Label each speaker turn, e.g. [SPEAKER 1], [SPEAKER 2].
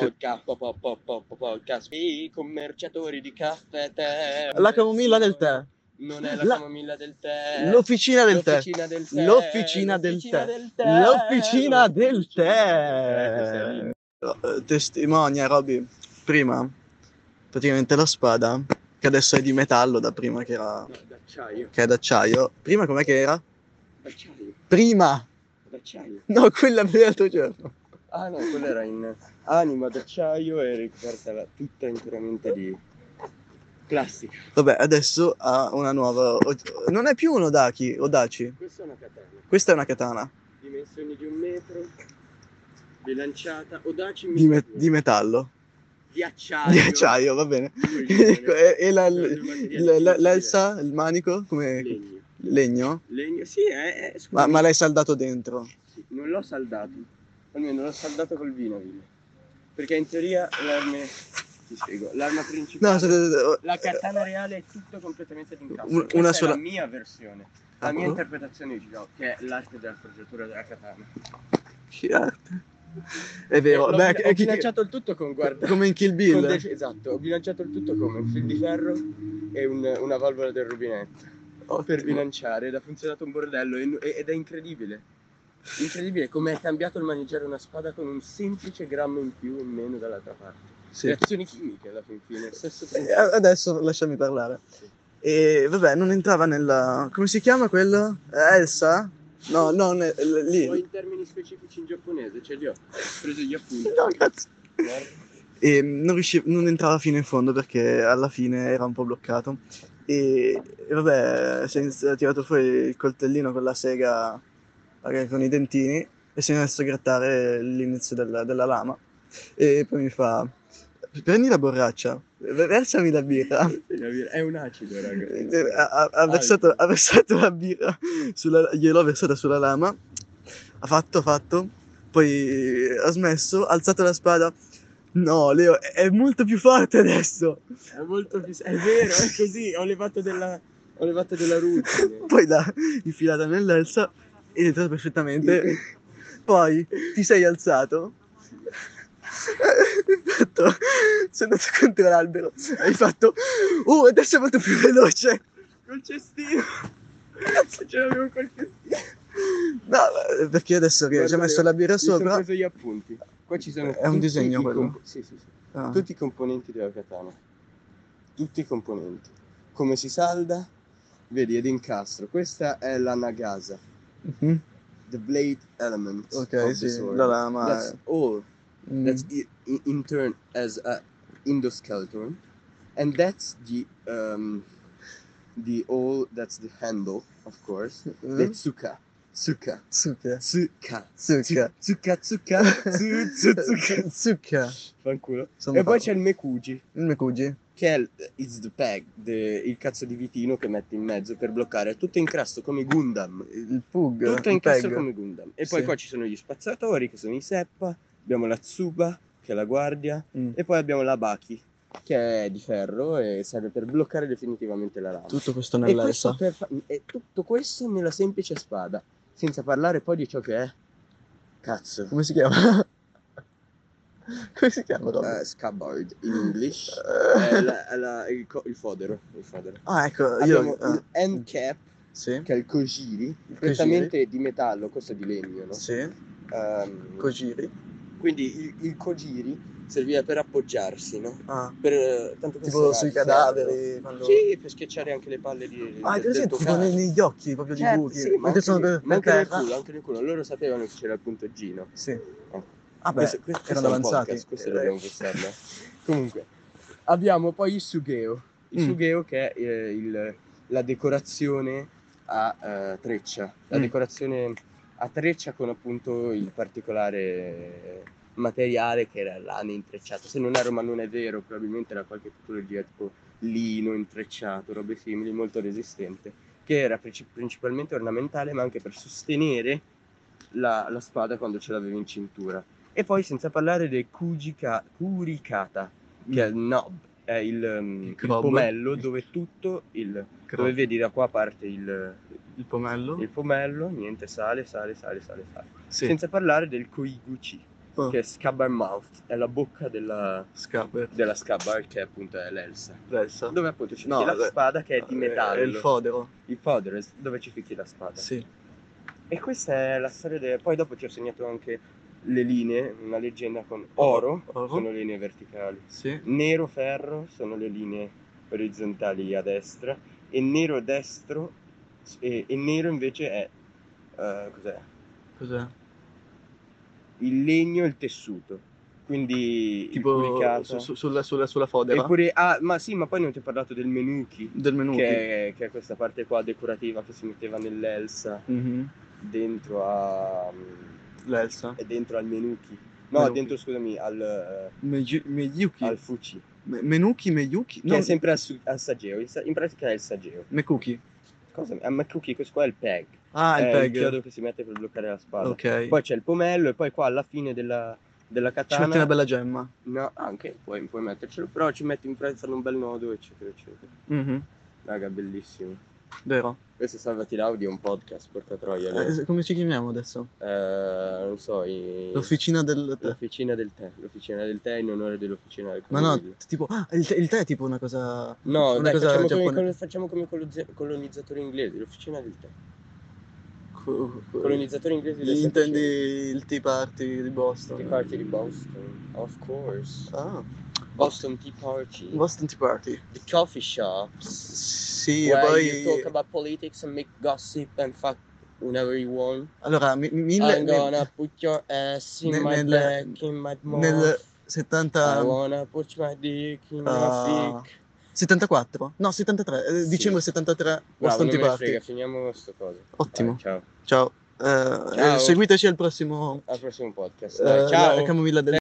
[SPEAKER 1] Podcast, po- po- po- po- po- podcast, i commerciatori di caffè tè.
[SPEAKER 2] La camomilla del tè.
[SPEAKER 1] Non è la,
[SPEAKER 2] La-
[SPEAKER 1] camomilla del tè.
[SPEAKER 2] L'officina del tè.
[SPEAKER 1] L'officina del tè.
[SPEAKER 2] L'officina del
[SPEAKER 1] L'officina
[SPEAKER 2] tè.
[SPEAKER 1] del tè.
[SPEAKER 2] L'officina del
[SPEAKER 1] L'officina
[SPEAKER 2] tè.
[SPEAKER 1] del
[SPEAKER 2] Eh, Testimonia, Roby. Prima, praticamente la spada, che adesso è di metallo da prima che era...
[SPEAKER 1] No, Eh, d'acciaio.
[SPEAKER 2] che è d'acciaio. Prima com'è che era?
[SPEAKER 1] D'acciaio.
[SPEAKER 2] Prima!
[SPEAKER 1] D'acciaio.
[SPEAKER 2] No, quella dell'altro giorno.
[SPEAKER 1] Ah no, quella era in anima d'acciaio e ricoperta tutta interamente di plastica.
[SPEAKER 2] Vabbè, adesso ha una nuova... Non è più un Odaki, Odaci.
[SPEAKER 1] Questa è una katana.
[SPEAKER 2] Questa è una katana
[SPEAKER 1] Dimensioni di un metro. Bilanciata. Odaci
[SPEAKER 2] di, me- di metallo,
[SPEAKER 1] di acciaio.
[SPEAKER 2] di acciaio, va bene. Ecco, e e la- la- la- l'elsa, il manico, come
[SPEAKER 1] Legno.
[SPEAKER 2] legno?
[SPEAKER 1] Legno, sì, è... è-
[SPEAKER 2] Ma, ma l'hai saldato dentro.
[SPEAKER 1] Sì, non l'ho saldato, almeno l'ho saldato col vino, vino. Perché in teoria l'arma, ti spiego, l'arma principale,
[SPEAKER 2] No, s- s-
[SPEAKER 1] la katana reale è tutto completamente d'incasso.
[SPEAKER 2] Un-
[SPEAKER 1] Questa
[SPEAKER 2] una
[SPEAKER 1] è
[SPEAKER 2] sola-
[SPEAKER 1] la mia versione, la
[SPEAKER 2] Ah,
[SPEAKER 1] mia
[SPEAKER 2] boh.
[SPEAKER 1] interpretazione di gioco, che è l'arte della forgiatura della katana.
[SPEAKER 2] Chi è? È vero,
[SPEAKER 1] Eh, l'ho
[SPEAKER 2] beh,
[SPEAKER 1] bi-
[SPEAKER 2] eh,
[SPEAKER 1] ho
[SPEAKER 2] chi-
[SPEAKER 1] bilanciato il tutto con, guarda,
[SPEAKER 2] come in Kill
[SPEAKER 1] con
[SPEAKER 2] Bill.
[SPEAKER 1] dec- esatto, ho bilanciato il tutto come un fil di ferro e un- una valvola del rubinetto.
[SPEAKER 2] Ottimo.
[SPEAKER 1] per bilanciare ed ha funzionato un bordello e- e- ed è incredibile. Incredibile come è cambiato il maneggiare una spada con un semplice grammo in più o in meno dall'altra parte.
[SPEAKER 2] Sì.
[SPEAKER 1] Reazioni chimiche alla fin fine, stesso
[SPEAKER 2] Eh,
[SPEAKER 1] principio.
[SPEAKER 2] Adesso lasciami parlare. E vabbè, non entrava nella... come si chiama quello? Eh, Elsa? No, no, ne- l- lì.
[SPEAKER 1] O in termini specifici in giapponese, ce li ho. Ho preso gli appunti.
[SPEAKER 2] No, grazie.
[SPEAKER 1] Guarda.
[SPEAKER 2] e non, riusciva, non entrava fino in fondo perché alla fine era un po' bloccato. E, e vabbè, si è iniz- ha tirato fuori il coltellino con la sega magari con i dentini e si è messo a grattare l'inizio della, della lama. E poi mi fa: Prendi la borraccia, ver- versami la birra.
[SPEAKER 1] È un acido, raga.
[SPEAKER 2] Eh, ha, ha- ha versato, ha versato la birra, sulla, gliel'ho versata sulla lama, ha fatto, ha fatto, poi eh, ha smesso, ha alzato la spada. No, Leo, è, è molto più forte adesso.
[SPEAKER 1] È molto fis- È vero, è così. Ho levato della. Ho levato della ruggine.
[SPEAKER 2] Poi l'ha infilata nell'elsa ed è entrata perfettamente. Poi ti sei alzato. Hai fatto- Sei andato contro l'albero. Hai fatto. Oh, adesso è molto più veloce.
[SPEAKER 1] Col cestino. Cazzo, ce l'avevo col cestino.
[SPEAKER 2] No, perché adesso che ci ha
[SPEAKER 1] Guarda,
[SPEAKER 2] messo la birra
[SPEAKER 1] Mi sono
[SPEAKER 2] sopra.
[SPEAKER 1] preso gli appunti. Qua ci sono
[SPEAKER 2] È un
[SPEAKER 1] tutti
[SPEAKER 2] disegno
[SPEAKER 1] i
[SPEAKER 2] quello?
[SPEAKER 1] sì, sì, sì.
[SPEAKER 2] Ah.
[SPEAKER 1] Tutti i componenti della katana. Tutti i componenti. Come si salda? Vedi, ed incastro. Questa è la Nagasa.
[SPEAKER 2] Mhm.
[SPEAKER 1] The blade element.
[SPEAKER 2] Ok,
[SPEAKER 1] of the
[SPEAKER 2] sì,
[SPEAKER 1] sword.
[SPEAKER 2] la lama.
[SPEAKER 1] That's all.
[SPEAKER 2] Mm.
[SPEAKER 1] That's i- in, in turn as a endoskeleton. And that's the um, the all that's the handle, of course. The
[SPEAKER 2] Mm.
[SPEAKER 1] tsuka. Tsuka.
[SPEAKER 2] Zucca.
[SPEAKER 1] Tsuka.
[SPEAKER 2] Zucca.
[SPEAKER 1] Tsuka, tsuka. Tsu, tsu, tsuka.
[SPEAKER 2] Zucca.
[SPEAKER 1] Fanculo.
[SPEAKER 2] Sono
[SPEAKER 1] E poi
[SPEAKER 2] fatto.
[SPEAKER 1] c'è il Mekuji.
[SPEAKER 2] Il Mekuji.
[SPEAKER 1] che è il it's the peg, the- il cazzo di vitino che metti in mezzo per bloccare, è tutto incrasto come i Gundam.
[SPEAKER 2] Il Pug.
[SPEAKER 1] Tutto
[SPEAKER 2] il
[SPEAKER 1] incrasto
[SPEAKER 2] Peg.
[SPEAKER 1] come i Gundam. E poi
[SPEAKER 2] Sì.
[SPEAKER 1] qua ci sono gli spazzatori che sono i Seppa, abbiamo la Tsuba che è la guardia
[SPEAKER 2] Mm.
[SPEAKER 1] e poi abbiamo la Baki che è di ferro e serve per bloccare definitivamente la lama.
[SPEAKER 2] Tutto questo
[SPEAKER 1] E,
[SPEAKER 2] nell'elsa.
[SPEAKER 1] questo per fa- e tutto questo nella semplice spada, senza parlare poi di ciò che è cazzo.
[SPEAKER 2] Come si chiama? Come si chiama? Rob?
[SPEAKER 1] Eh, scabbard in English.
[SPEAKER 2] Eh.
[SPEAKER 1] È la- è la- il, co- il fodero, il fodero.
[SPEAKER 2] Ah, ecco,
[SPEAKER 1] Abbiamo
[SPEAKER 2] io...
[SPEAKER 1] un
[SPEAKER 2] ah,
[SPEAKER 1] end cap
[SPEAKER 2] Sì.
[SPEAKER 1] che è il Kojiri, prettamente di metallo, questo è di legno, no?
[SPEAKER 2] Sì.
[SPEAKER 1] Ehm,
[SPEAKER 2] Kojiri.
[SPEAKER 1] quindi il, il Kojiri serviva per appoggiarsi, no?
[SPEAKER 2] Ah.
[SPEAKER 1] Per, eh, tanto per
[SPEAKER 2] Tipo sui
[SPEAKER 1] serrarsi,
[SPEAKER 2] cadaveri. Quando...
[SPEAKER 1] Sì, per schiacciare anche le palle di,
[SPEAKER 2] Ah,
[SPEAKER 1] del,
[SPEAKER 2] te lo
[SPEAKER 1] del
[SPEAKER 2] senti
[SPEAKER 1] tuo
[SPEAKER 2] tipo
[SPEAKER 1] cane.
[SPEAKER 2] nei- negli occhi, proprio di
[SPEAKER 1] Certo,
[SPEAKER 2] buchi.
[SPEAKER 1] sì, ma
[SPEAKER 2] Mentre
[SPEAKER 1] anche,
[SPEAKER 2] sono
[SPEAKER 1] lì-
[SPEAKER 2] per,
[SPEAKER 1] ma
[SPEAKER 2] per
[SPEAKER 1] anche nel
[SPEAKER 2] terra.
[SPEAKER 1] culo, anche nel culo. Loro sapevano che c'era il punto G, no?
[SPEAKER 2] Sì. Ah,
[SPEAKER 1] Ah,
[SPEAKER 2] beh, erano
[SPEAKER 1] questo è un
[SPEAKER 2] avanzati.
[SPEAKER 1] podcast, questo
[SPEAKER 2] Eh,
[SPEAKER 1] dobbiamo pensarlo. Comunque, abbiamo poi il Sugeo. Il
[SPEAKER 2] Mm.
[SPEAKER 1] Sugeo che è eh, il- la decorazione a eh, treccia. La
[SPEAKER 2] Mm.
[SPEAKER 1] decorazione a treccia con appunto il particolare materiale che era lame intrecciato. Se non erro, ma non è vero, probabilmente era qualche tipologia tipo lino intrecciato, robe simili, molto resistente, che era princi- principalmente ornamentale, ma anche per sostenere la, la spada quando ce l'avevi in cintura. E poi senza parlare del Kujika- Kurikata, che è il knob, è il, um,
[SPEAKER 2] Mm. Il
[SPEAKER 1] il
[SPEAKER 2] knob.
[SPEAKER 1] pomello dove tutto il... dove vedi da qua parte il,
[SPEAKER 2] Il pomello?
[SPEAKER 1] il pomello, niente, sale, sale, sale, sale, sale.
[SPEAKER 2] Sì.
[SPEAKER 1] Senza parlare del Koiguchi,
[SPEAKER 2] Oh.
[SPEAKER 1] che è Scabba and Mouth, è la bocca della,
[SPEAKER 2] Scabber.
[SPEAKER 1] della Scabba, che appunto è l'Elsa.
[SPEAKER 2] Elsa.
[SPEAKER 1] Dove appunto ci
[SPEAKER 2] No,
[SPEAKER 1] ficchi la
[SPEAKER 2] vabbè.
[SPEAKER 1] spada che è di
[SPEAKER 2] Eh,
[SPEAKER 1] metallo.
[SPEAKER 2] È il fodero.
[SPEAKER 1] Il fodero, es- dove ci ficchi la spada.
[SPEAKER 2] Sì.
[SPEAKER 1] E questa è la storia del... Poi dopo ti ho segnato anche le linee, una leggenda con oro,
[SPEAKER 2] Oh, Oro.
[SPEAKER 1] sono linee verticali.
[SPEAKER 2] Sì.
[SPEAKER 1] Nero ferro sono le linee orizzontali a destra e nero destro e, e nero invece è... eh, cos'è?
[SPEAKER 2] Cos'è?
[SPEAKER 1] Il legno e il tessuto. Quindi il
[SPEAKER 2] Tipo
[SPEAKER 1] curicato.
[SPEAKER 2] su- su- sulla, sulla, sulla fodera
[SPEAKER 1] Eppure, ah, ma sì, ma poi non ti ho parlato del menuki,
[SPEAKER 2] del menù.
[SPEAKER 1] che è, che è questa parte qua decorativa che si metteva nell'Elsa
[SPEAKER 2] Mhm.
[SPEAKER 1] dentro a...
[SPEAKER 2] L'Elsa.
[SPEAKER 1] è dentro al menuki. No,
[SPEAKER 2] Menuki.
[SPEAKER 1] dentro, scusami, al,
[SPEAKER 2] Meyu- Meyuki.
[SPEAKER 1] eh, al fuci, che
[SPEAKER 2] Me- Menuki, Meyuki. No,
[SPEAKER 1] è sempre al, su- al saggeo, il sa- in pratica è il saggeo.
[SPEAKER 2] Mekuki.
[SPEAKER 1] Cosa? Ah, ma cookie, questo qua è il peg,
[SPEAKER 2] Ah,
[SPEAKER 1] è
[SPEAKER 2] il
[SPEAKER 1] il
[SPEAKER 2] peg.
[SPEAKER 1] chiodo che si mette per bloccare la spada.
[SPEAKER 2] ok.
[SPEAKER 1] Poi c'è il pomello e poi qua alla fine della, della
[SPEAKER 2] Ci
[SPEAKER 1] katana...
[SPEAKER 2] metti una bella gemma.
[SPEAKER 1] No, anche puoi, puoi mettercelo, però ci metti in prezzo un bel nodo, eccetera, eccetera.
[SPEAKER 2] Mhm,
[SPEAKER 1] Raga, bellissimo.
[SPEAKER 2] Vero.
[SPEAKER 1] Questo è Salvati l'audio, è un podcast, porca troia. no?
[SPEAKER 2] Eh, come ci chiamiamo adesso?
[SPEAKER 1] Eh, non so, i-
[SPEAKER 2] L'officina del tè.
[SPEAKER 1] l'officina del tè, l'officina del tè in onore dell'officina del
[SPEAKER 2] Ma no,
[SPEAKER 1] coniglio.
[SPEAKER 2] t- tipo, ah, il, tè, il tè è tipo una cosa...
[SPEAKER 1] No,
[SPEAKER 2] una
[SPEAKER 1] dai,
[SPEAKER 2] cosa
[SPEAKER 1] facciamo come,
[SPEAKER 2] giapponese.
[SPEAKER 1] col- facciamo come colonizza- colonizzatore inglese, l'officina del tè.
[SPEAKER 2] co- co-
[SPEAKER 1] Colonizzatore inglese del
[SPEAKER 2] Intendi
[SPEAKER 1] 700.
[SPEAKER 2] il Tea Party di Boston?
[SPEAKER 1] Tea Party di Boston, of course.
[SPEAKER 2] Ah,
[SPEAKER 1] Boston Tea Party.
[SPEAKER 2] Boston Tea Party.
[SPEAKER 1] The coffee shops.
[SPEAKER 2] Sì, e
[SPEAKER 1] where
[SPEAKER 2] poi...
[SPEAKER 1] you talk about politics and make gossip and fuck whenever you want.
[SPEAKER 2] Allora, mi- mi-
[SPEAKER 1] I'm
[SPEAKER 2] mille-
[SPEAKER 1] gonna put your ass in
[SPEAKER 2] Nel-
[SPEAKER 1] my
[SPEAKER 2] nel-
[SPEAKER 1] back, in my mouth.
[SPEAKER 2] nel
[SPEAKER 1] I
[SPEAKER 2] 70...
[SPEAKER 1] wanna put my dick in
[SPEAKER 2] Ah,
[SPEAKER 1] your dick.
[SPEAKER 2] 74? No, 73. eh,
[SPEAKER 1] Sì.
[SPEAKER 2] Dicembre 73,
[SPEAKER 1] Bravo,
[SPEAKER 2] Boston
[SPEAKER 1] non
[SPEAKER 2] Tea
[SPEAKER 1] me ne
[SPEAKER 2] Party.
[SPEAKER 1] frega, finiamo sto coso.
[SPEAKER 2] Ottimo.
[SPEAKER 1] Dai, ciao.
[SPEAKER 2] Ciao. Eh,
[SPEAKER 1] Ciao.
[SPEAKER 2] seguiteci al prossimo...
[SPEAKER 1] Al prossimo podcast. Dai,
[SPEAKER 2] eh,
[SPEAKER 1] ciao.
[SPEAKER 2] la Camomilla del